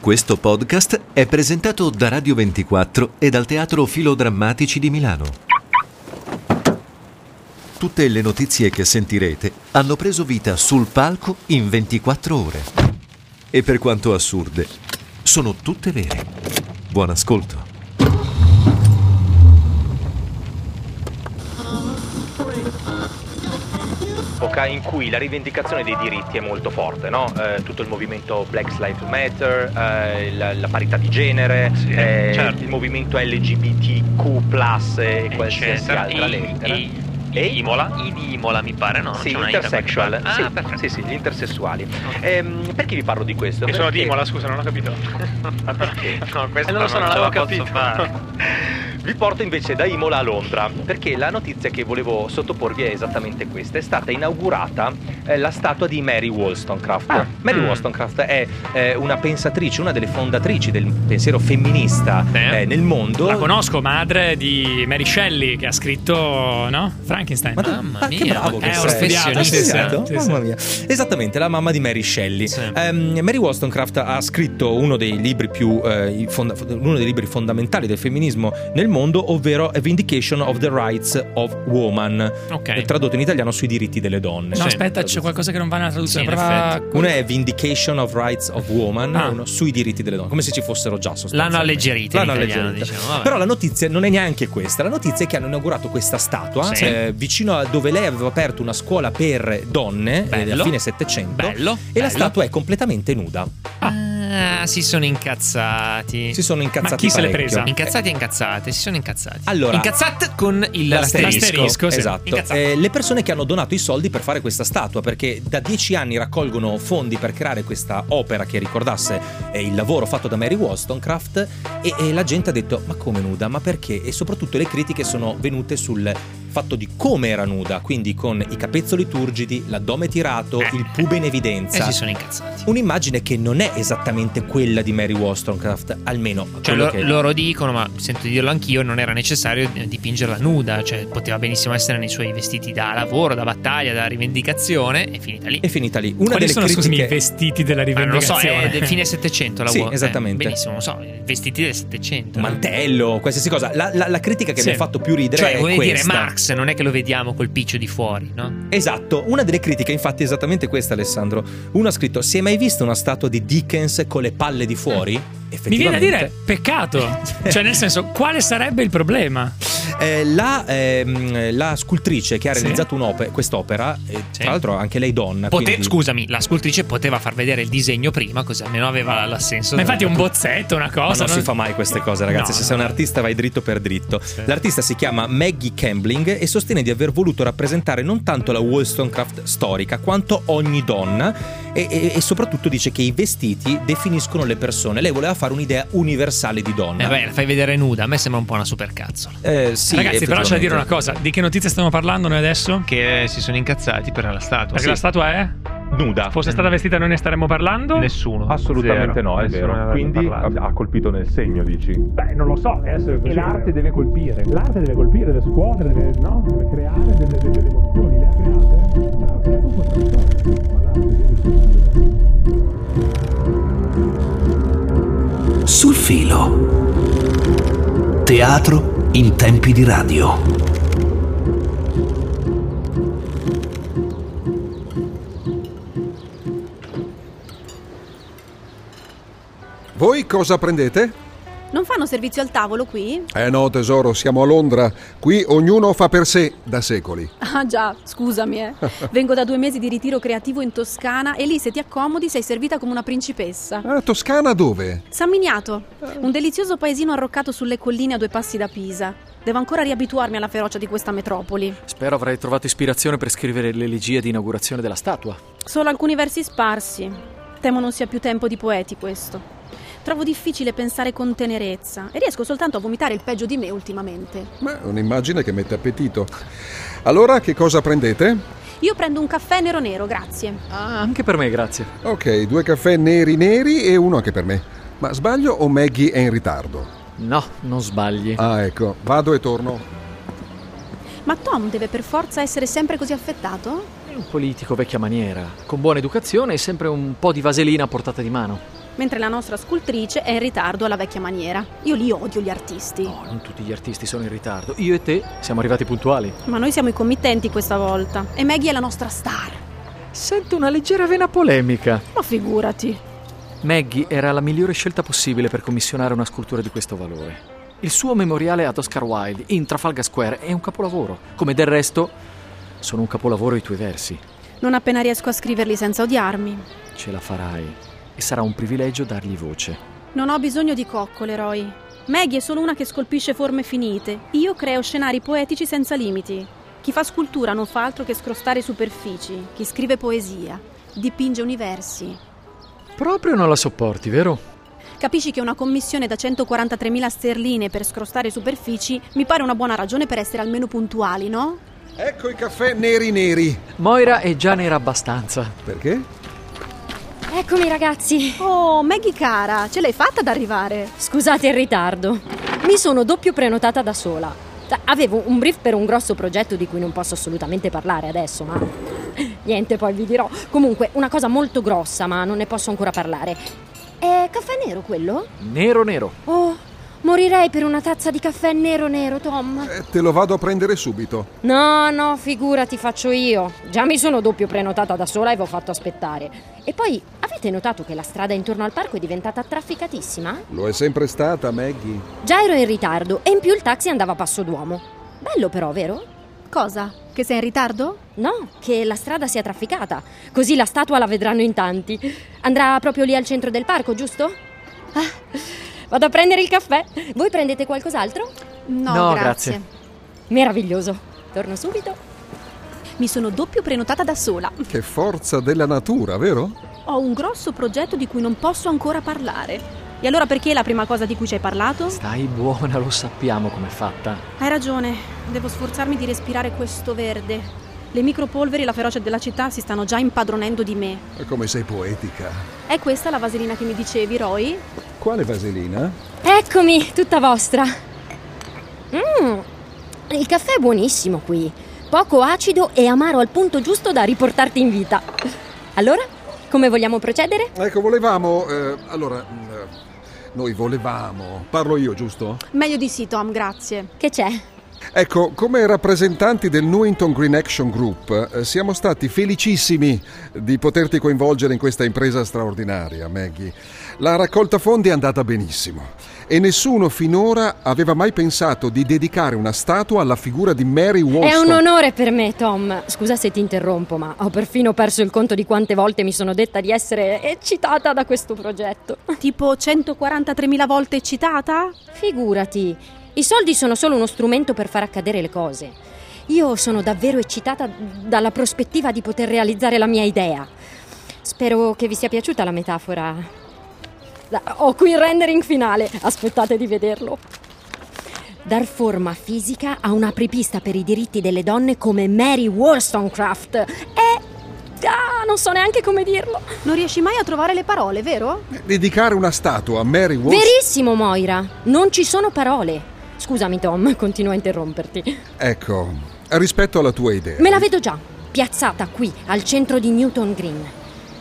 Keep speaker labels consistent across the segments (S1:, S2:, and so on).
S1: Questo podcast è presentato da Radio 24 e dal Teatro Filodrammatici di Milano. Tutte le notizie che sentirete hanno preso vita sul palco in 24 ore. E per quanto assurde, sono tutte vere. Buon ascolto.
S2: epoca in cui la rivendicazione dei diritti è molto forte, no? Eh, tutto il movimento Black Lives Matter, eh, la, la parità di genere,
S3: Sì,
S2: eh,
S3: certo.
S2: il movimento LGBTQ e qualsiasi
S3: Eccetera.
S2: altra
S3: I-
S2: lettera.
S3: i-
S2: E?
S3: in Imola? In Imola mi pare, no?
S2: Sì,
S3: C'è una I da qualche
S2: intersexual,
S3: parte.
S2: sì,
S3: Ah, perfetto.
S2: sì, sì, gli intersessuali.
S3: Ok.
S2: Ehm, perché vi parlo di questo?
S4: Che sono di
S2: Perché-
S4: Imola, scusa, non ho capito.
S3: Ma perché? No, questo
S4: Eh, non lo so, non
S3: ce
S4: l'avevo
S3: la posso
S4: capito.
S3: fare.
S2: Vi porto invece da Imola a Londra, perché la notizia che volevo sottoporvi è esattamente questa. È stata inaugurata eh, la statua di Mary Wollstonecraft. Mary
S3: mm.
S2: Wollstonecraft è eh, una pensatrice, una delle fondatrici del pensiero femminista
S3: Sì.
S2: eh, nel mondo.
S5: La conosco, madre di Mary Shelley che ha scritto, no? Frankenstein. Ah,
S2: Ma, tu-
S3: Mamma
S2: ma che
S3: mia,
S2: bravo
S3: ma
S2: che
S3: è
S2: sei.
S3: un professionista.
S2: Hai studiato?
S5: Sì, sì.
S2: Mamma mia. Esattamente, la mamma di Mary Shelley.
S3: Sì.
S2: Ehm, Mary Wollstonecraft ha scritto uno dei libri più eh, fonda- uno dei libri fondamentali del femminismo nel mondo, ovvero A Vindication of the Rights of Woman,
S5: ok.
S2: tradotto in italiano sui diritti delle donne.
S5: No,
S3: Sì.
S5: aspetta, c'è qualcosa che non va nella traduzione.
S3: Sì, in
S5: Prova-
S2: Uno è Vindication of Rights of Woman,
S5: Ah.
S2: uno sui diritti delle donne, come se ci fossero già sostanzialmente.
S3: L'hanno alleggerita in
S2: L'hanno
S3: italiano,
S2: alleggerita.
S3: diciamo. vabbè.
S2: Però la notizia non è neanche questa. La notizia è che hanno inaugurato questa statua
S3: Sì.
S2: eh, vicino a dove lei aveva aperto una scuola per donne eh,
S3: Bello.
S2: a fine Settecento. E
S3: Bello.
S2: la statua è completamente nuda.
S3: Ah, si sono incazzati.
S2: Si sono incazzati
S5: Ma chi se l'è
S2: parecchio. Eh.
S5: presa?
S3: Incazzati e incazzate, si sono incazzati.
S2: Allora-
S3: incazzate con il
S5: L'asterisco. L'asterisco, sì.
S2: Esatto.
S3: Incazzato.
S2: Eh, le persone che hanno donato i soldi per fare questa statua, perché da dieci anni raccolgono fondi per creare questa opera che ricordasse eh, il lavoro fatto da Mary Wollstonecraft e, e la gente ha detto ma come nuda, ma perché? E soprattutto le critiche sono venute sul fatto di come era nuda, quindi con i capezzoli turgidi, l'addome tirato,
S3: Eh.
S2: il pube in
S3: E
S5: Eh,
S2: evidenza.
S3: si sono incazzati.
S2: Un'immagine che non è esattamente quella di Mary Wollstonecraft, almeno
S3: Cioè,
S2: quello
S3: lo-
S2: che-
S3: loro dicono, ma sento di dirlo anch'io, non era necessario eh, dipingerla nuda, cioè poteva benissimo essere nei suoi vestiti da lavoro, da battaglia, da rivendicazione e finita lì.
S2: è finita lì. Una
S5: Quali
S2: delle
S5: sono,
S2: critiche...
S5: scusami, i vestiti della
S3: Ma non lo so, eh,
S5: rivendicazione?
S3: è del fine Settecento la
S2: Sì,
S3: uo- eh,
S2: esattamente.
S3: benissimo, non so, i vestiti del Settecento.
S2: mantello, qualsiasi cosa. La, la- la critica che
S5: Sì.
S2: mi ha fatto più ridere
S3: Cioè,
S2: è
S3: vuol
S2: questa.
S3: dire Marx, non è che lo vediamo col piccio di fuori, no?
S2: Esatto, una delle critiche, infatti, è esattamente questa, Alessandro. Uno ha scritto: Si è mai vista una statua di Dickens con le palle di fuori?
S5: Mi viene a
S2: Effettivamente.
S5: dire, peccato. cioè, nel senso, quale sarebbe il problema?
S2: Eh, la, ehm, la scultrice che ha
S5: Sì.
S2: realizzato un'opera, quest'opera, eh,
S3: Sì.
S2: tra l'altro anche lei donna.
S3: Pote-
S2: quindi-
S3: Scusami, la scultrice poteva far vedere il disegno prima, così almeno aveva l'assenso.
S5: Ma infatti, un
S3: della-
S5: bozzetto, una
S2: Cioè, Ma
S5: cosa.
S2: non si fa mai queste cose, ragazzi.
S5: No,
S2: Se
S5: no.
S2: sei un artista, vai dritto per dritto.
S5: Sì.
S2: L'artista si chiama Maggie Cambling e sostiene di aver voluto rappresentare non tanto la Wollstonecraft storica, quanto ogni donna. E, e- e soprattutto dice che i vestiti definiscono le persone. Lei voleva fare un'idea universale di donna.
S3: Eh beh, la fai vedere nuda, a me sembra un po' una supercazzola.
S2: Eh, sì,
S5: Ragazzi, però c'è da dire una
S2: effettivamente.
S5: cosa: di che notizie stiamo parlando noi adesso?
S3: Che si sono incazzati per la statua.
S5: Perché la statua è?
S2: Nuda.
S5: Fosse stata vestita, noi ne staremmo parlando?
S3: Nessuno.
S2: Assolutamente no, è vero.
S3: Eh,
S2: Quindi ha colpito nel segno, dici?
S6: Beh, non lo so, deve essere così.
S7: l'arte deve colpire.
S6: L'arte deve colpire, deve scuotere, deve, no? deve creare delle, delle emozioni, le ha create. Ha creato un contraddittorio, ma l'arte deve colpire.
S8: Sul filo. Teatro in tempi di radio.
S7: Voi cosa prendete?
S9: Non fanno servizio al tavolo qui?
S7: Eh no, tesoro, siamo a Londra. Qui ognuno fa per sé da secoli.
S9: Ah già, scusami eh. Vengo da due mesi di ritiro creativo in Toscana e lì se ti accomodi sei servita come una principessa.
S7: Ah, Toscana dove?
S9: San Miniato, un delizioso paesino arroccato sulle colline a due passi da Pisa. Devo ancora riabituarmi alla ferocia di questa metropoli.
S10: Spero avrai trovato ispirazione per scrivere l'elegia di inaugurazione della statua.
S9: Solo alcuni versi sparsi. Temo non sia più tempo di poeti questo. Trovo difficile pensare con tenerezza e riesco soltanto a vomitare il peggio di me ultimamente.
S7: Beh, un'immagine che mette appetito. Allora, che cosa prendete?
S9: Io prendo un caffè nero nero, grazie.
S10: Ah, anche per me, grazie.
S7: Ok, due caffè neri neri e uno anche per me. Ma sbaglio o Maggie è in ritardo?
S10: No, non sbagli.
S7: Ah, ecco, vado e torno.
S9: Ma Tom deve per forza essere sempre così affettato?
S10: Un politico vecchia maniera, con buona educazione e sempre un po' di vaselina a portata di mano.
S9: Mentre la nostra scultrice è in ritardo alla vecchia maniera. Io li odio gli artisti.
S10: No, non tutti gli artisti sono in ritardo. Io e te siamo arrivati puntuali.
S9: Ma noi siamo i committenti questa volta. E Maggie è la nostra star.
S10: Sento una leggera vena polemica.
S9: Ma figurati.
S10: Maggie era la migliore scelta possibile per commissionare una scultura di questo valore. Il suo memoriale ad Oscar Wilde in Trafalgar Square è un capolavoro, come del resto sono un capolavoro i tuoi versi.
S9: Non appena riesco a scriverli senza odiarmi.
S10: Ce la farai e sarà un privilegio dargli voce.
S9: Non ho bisogno di coccole, Roy. Maggie è solo una che scolpisce forme finite. Io creo scenari poetici senza limiti. Chi fa scultura non fa altro che scrostare superfici. Chi scrive poesia dipinge universi.
S10: Proprio non la sopporti, vero?
S9: Capisci che una commissione da 143.000 sterline per scrostare superfici mi pare una buona ragione per essere almeno puntuali, no?
S7: Ecco i caffè neri neri.
S10: Moira è già nera abbastanza.
S7: Perché?
S4: Eccomi ragazzi.
S9: Oh, Maggie cara, ce l'hai fatta ad arrivare.
S4: Scusate il ritardo. Mi sono doppio prenotata da sola. Ta- Avevo un brief per un grosso progetto di cui non posso assolutamente parlare adesso, ma niente, poi vi dirò. Comunque, una cosa molto grossa, ma non ne posso ancora parlare. È caffè nero quello?
S10: Nero nero.
S4: Oh, morirei per una tazza di caffè nero nero, Tom.
S7: Eh, te lo vado a prendere subito.
S4: No, no, figurati, faccio io. Già mi sono doppio prenotata da sola e vi ho fatto aspettare. E poi, avete notato che la strada intorno al parco è diventata trafficatissima?
S7: Lo è sempre stata, Maggie.
S4: Già ero in ritardo e in più il taxi andava a passo d'uomo. Bello però, vero?
S9: Cosa? Che sei in ritardo?
S4: No, che la strada sia trafficata, così la statua la vedranno in tanti. Andrà proprio lì al centro del parco, giusto? Ah, vado a prendere il caffè. Voi prendete qualcos'altro?
S9: No,
S10: No,
S4: Meraviglioso. Torno subito.
S9: Mi sono doppio prenotata da sola.
S7: Che forza della natura, vero?
S9: Ho un grosso progetto di cui non posso ancora parlare. E allora perché la prima cosa di cui ci hai parlato?
S10: Stai buona, lo sappiamo com'è fatta.
S9: Hai ragione, devo sforzarmi di respirare questo verde. Le micropolveri e la ferocia della città si stanno già impadronendo di me.
S7: Ma Come sei poetica.
S9: È questa la vaselina che mi dicevi, Roy?
S7: Quale vaselina?
S4: Eccomi, tutta vostra. Mmm, il caffè è buonissimo qui. Poco acido e amaro al punto giusto da riportarti in vita. Allora, come vogliamo procedere?
S7: Ecco, volevamo... eh, allora... mh, eh, Noi volevamo... Parlo io, giusto?
S9: Meglio di sì, Tom, grazie.
S4: Che c'è?
S7: Ecco, come rappresentanti del Newington Green Action Group eh, siamo stati felicissimi di poterti coinvolgere in questa impresa straordinaria, Maggie. La raccolta fondi è andata benissimo e nessuno finora aveva mai pensato di dedicare una statua alla figura di Mary
S4: È
S7: Wollstonecraft.
S4: un onore per me, Tom. Scusa se ti interrompo, ma ho perfino perso il conto di quante volte mi sono detta di essere eccitata da questo progetto.
S9: Tipo 143.000 volte eccitata?
S4: Figurati, i soldi sono solo uno strumento per far accadere le cose. Io sono davvero eccitata dalla prospettiva di poter realizzare la mia idea. Spero che vi sia piaciuta la metafora. Da- Ho qui il rendering finale, aspettate di vederlo. Dar forma fisica a un'apripista per i diritti delle donne come Mary Wollstonecraft e... Ah, non so neanche come dirlo.
S9: Non riesci mai a trovare le parole, vero?
S7: Dedicare una statua a Mary Wollstonecraft...
S4: Verissimo, Moira. Non ci sono parole. Scusami, Tom, continuo a interromperti.
S7: Ecco, rispetto alla tua idea...
S4: Me la vedo già, piazzata qui, al centro di Newton Green.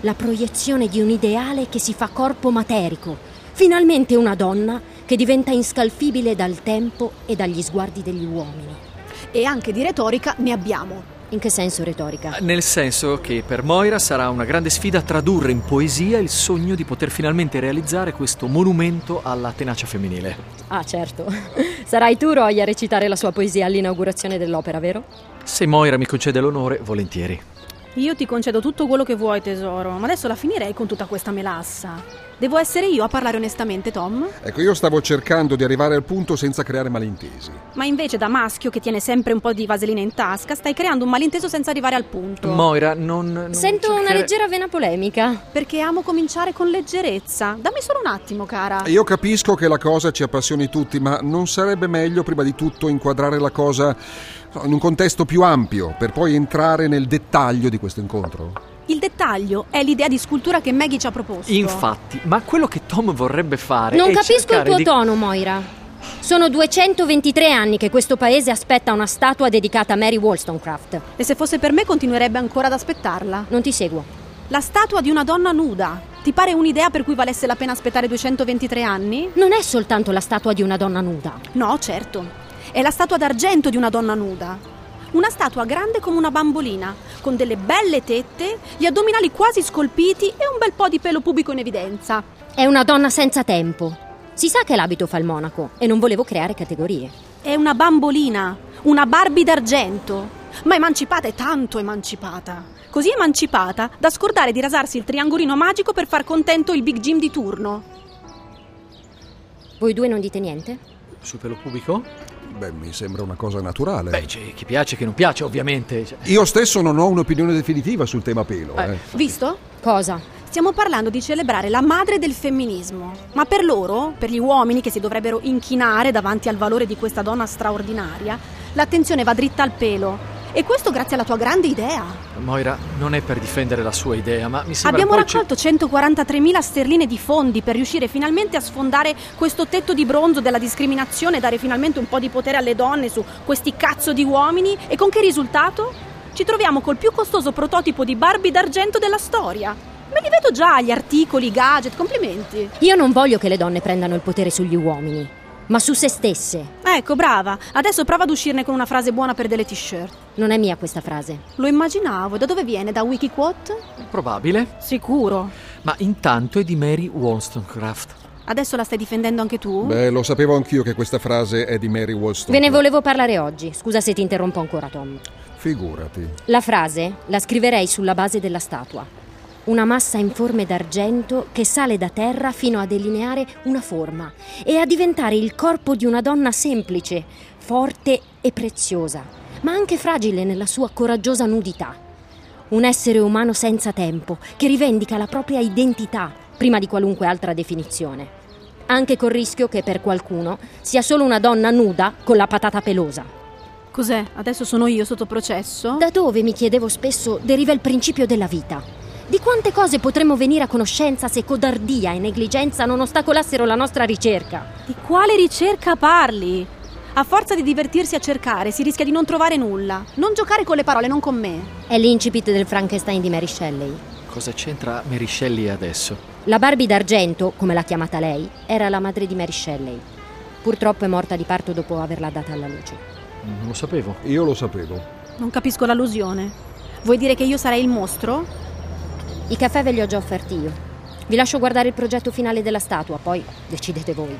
S4: La proiezione di un ideale che si fa corpo materico. Finalmente una donna che diventa inscalfibile dal tempo e dagli sguardi degli uomini.
S9: E anche di retorica ne abbiamo.
S4: In che senso retorica?
S10: Nel senso che per Moira sarà una grande sfida tradurre in poesia il sogno di poter finalmente realizzare questo monumento alla tenacia femminile.
S4: Ah, certo. Sarai tu, Roy, a recitare la sua poesia all'inaugurazione dell'opera, vero?
S10: Se Moira mi concede l'onore, volentieri.
S9: Io ti concedo tutto quello che vuoi, tesoro, ma adesso la finirei con tutta questa melassa. Devo essere io a parlare onestamente, Tom?
S7: Ecco, io stavo cercando di arrivare al punto senza creare malintesi.
S9: Ma invece da maschio che tiene sempre un po' di vaselina in tasca, stai creando un malinteso senza arrivare al punto.
S10: Moira, non. non
S4: Sento una
S10: cercare-
S4: leggera vena polemica.
S9: Perché amo cominciare con leggerezza. Dammi solo un attimo, cara.
S7: Io capisco che la cosa ci appassioni tutti, ma non sarebbe meglio prima di tutto inquadrare la cosa no, in un contesto più ampio, per poi entrare nel dettaglio di questo incontro?
S9: Il dettaglio è l'idea di scultura che Maggie ci ha proposto.
S10: Infatti, ma quello che Tom vorrebbe fare.
S4: Non
S10: è
S4: capisco il
S10: cercare
S4: tuo
S10: di-
S4: tono, Moira. Sono 223 anni che questo paese aspetta una statua dedicata a Mary Wollstonecraft.
S9: E se fosse per me continuerebbe ancora ad aspettarla.
S4: Non ti seguo.
S9: La statua di una donna nuda. Ti pare un'idea per cui valesse la pena aspettare 223 anni?
S4: Non è soltanto la statua di una donna nuda.
S9: No, certo. È la statua d'argento di una donna nuda. Una statua grande come una bambolina, con delle belle tette, gli addominali quasi scolpiti e un bel po' di pelo pubico in evidenza.
S4: È una donna senza tempo. Si sa che l'abito fa il monaco e non volevo creare categorie.
S9: È una bambolina, una Barbie d'argento. Ma emancipata è tanto emancipata. Così emancipata da scordare di rasarsi il triangolino magico per far contento il Big Jim di turno.
S4: Voi due non dite niente?
S10: Sul pelo pubblico?
S7: Beh, mi sembra una cosa naturale.
S4: Eh.
S10: Beh, c'è chi piace, chi non piace, ovviamente. Cioè-
S7: Io stesso non ho un'opinione definitiva sul tema pelo.
S10: Eh,
S7: eh.
S9: Visto?
S4: Cosa?
S9: Stiamo parlando di celebrare la madre del femminismo. Ma per loro, per gli uomini che si dovrebbero inchinare davanti al valore di questa donna straordinaria, l'attenzione va dritta al pelo. E questo grazie alla tua grande idea.
S10: Moira, non è per difendere la sua idea, ma mi sembra
S9: Abbiamo
S10: poi ci-
S9: raccolto 143.000 sterline di fondi per riuscire finalmente a sfondare questo tetto di bronzo della discriminazione e dare finalmente un po' di potere alle donne su questi cazzo di uomini. E con che risultato? Ci troviamo col più costoso prototipo di Barbie d'argento della storia. Me li vedo già gli articoli, i gadget, complimenti.
S4: Io non voglio che le donne prendano il potere sugli uomini, ma su se stesse.
S9: Ecco, brava. Adesso prova ad uscirne con una frase buona per delle t-shirt.
S4: Non è mia questa frase.
S9: Lo immaginavo. Da dove viene? Da Wikiquote?
S10: Probabile,
S9: Sicuro.
S10: ma intanto è di Mary Wollstonecraft.
S9: Adesso la stai difendendo anche tu?
S7: Beh, lo sapevo anch'io che questa frase è di Mary Wollstonecraft.
S4: Ve ne volevo parlare oggi. Scusa se ti interrompo ancora, Tom.
S7: Figurati.
S4: La frase la scriverei sulla base della statua. Una massa informe d'argento che sale da terra fino a delineare una forma e a diventare il corpo di una donna semplice, forte e preziosa, ma anche fragile nella sua coraggiosa nudità. Un essere umano senza tempo che rivendica la propria identità prima di qualunque altra definizione, anche col rischio che per qualcuno sia solo una donna nuda con la patata pelosa.
S9: Cos'è? Adesso sono io sotto processo?
S4: Da dove, mi chiedevo spesso, deriva il principio della vita? Di quante cose potremmo venire a conoscenza se codardia e negligenza non ostacolassero la nostra ricerca?
S9: Di quale ricerca parli? A forza di divertirsi a cercare, si rischia di non trovare nulla. Non giocare con le parole, non con me.
S4: È l'incipit del Frankenstein di Mary Shelley.
S10: Cosa c'entra Mary Shelley adesso?
S4: La Barbie d'argento, come l'ha chiamata lei, era la madre di Mary Shelley. Purtroppo è morta di parto dopo averla data alla luce.
S10: Non lo sapevo.
S7: Io lo sapevo.
S9: Non capisco l'allusione. Vuoi dire che io sarei il mostro?
S4: I caffè ve li ho già offerti io. Vi lascio guardare il progetto finale della statua, poi decidete voi.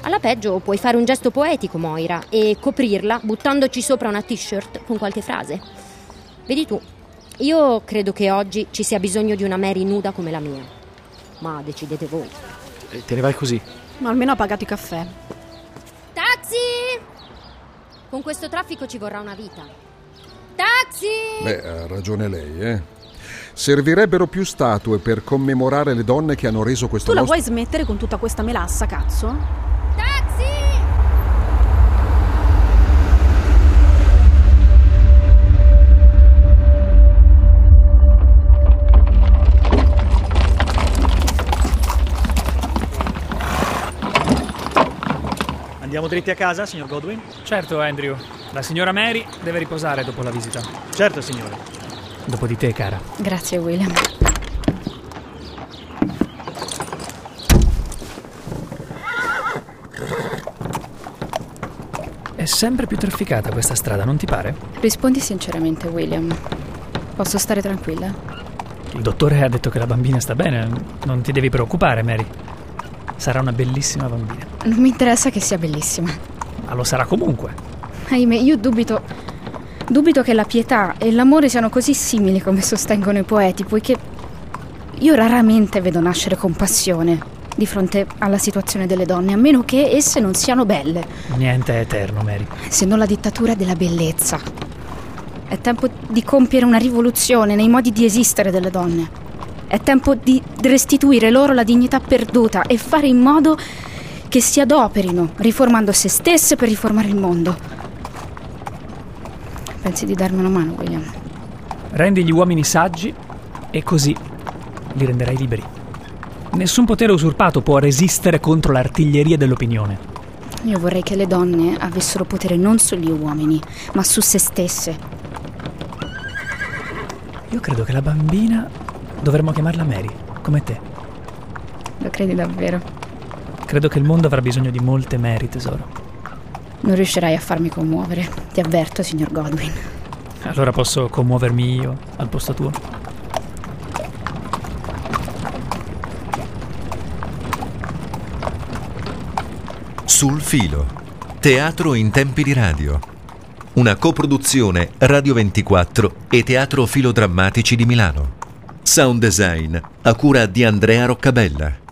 S4: Alla peggio puoi fare un gesto poetico, Moira, e coprirla buttandoci sopra una t-shirt con qualche frase. Vedi tu, io credo che oggi ci sia bisogno di una Mary nuda come la mia. Ma decidete voi.
S10: Eh, Te ne vai così.
S9: Ma almeno ha pagato i caffè.
S4: Taxi! Con questo traffico ci vorrà una vita. Taxi!
S7: Beh, ha ragione lei, eh. Servirebbero più statue per commemorare le donne che hanno reso questo
S9: Tu la
S7: nostro...
S9: vuoi smettere con tutta questa melassa, cazzo?
S4: Taxi!
S11: Andiamo dritti a casa, signor Godwin?
S5: Certo, Andrew. La signora Mary deve riposare dopo la visita.
S11: Certo, signore.
S5: Dopo di te, cara.
S9: Grazie, William.
S5: È sempre più trafficata questa strada, non ti pare?
S12: Rispondi sinceramente, William. Posso stare tranquilla?
S5: Il dottore ha detto che la bambina sta bene. Non ti devi preoccupare, Mary. Sarà una bellissima bambina.
S12: Non mi interessa che sia bellissima.
S5: Ma lo sarà comunque.
S12: Ahimè, io dubito. Dubito che la pietà e l'amore siano così simili come sostengono i poeti, poiché io raramente vedo nascere compassione di fronte alla situazione delle donne, a meno che esse non siano belle,
S5: Niente è eterno, Mary.
S12: se non la dittatura della bellezza. È tempo di compiere una rivoluzione nei modi di esistere delle donne. È tempo di restituire loro la dignità perduta e fare in modo che si adoperino, riformando se stesse per riformare il mondo. Pensi di darmi una mano, William?
S5: Rendi gli uomini saggi e così li renderai liberi. Nessun potere usurpato può resistere contro l'artiglieria dell'opinione.
S9: Io vorrei che le donne avessero potere non sugli uomini, ma su se stesse.
S5: Io credo che la bambina dovremmo chiamarla Mary, come te.
S9: Lo credi davvero?
S5: Credo che il mondo avrà bisogno di molte Mary, tesoro.
S9: Non riuscirai a farmi commuovere. Ti avverto, signor Godwin.
S5: Allora posso commuovermi io al posto tuo?
S1: Sul filo. Teatro in tempi di radio. Una coproduzione Radio 24 e Teatro Filodrammatici di Milano. Sound design a cura di Andrea Roccabella.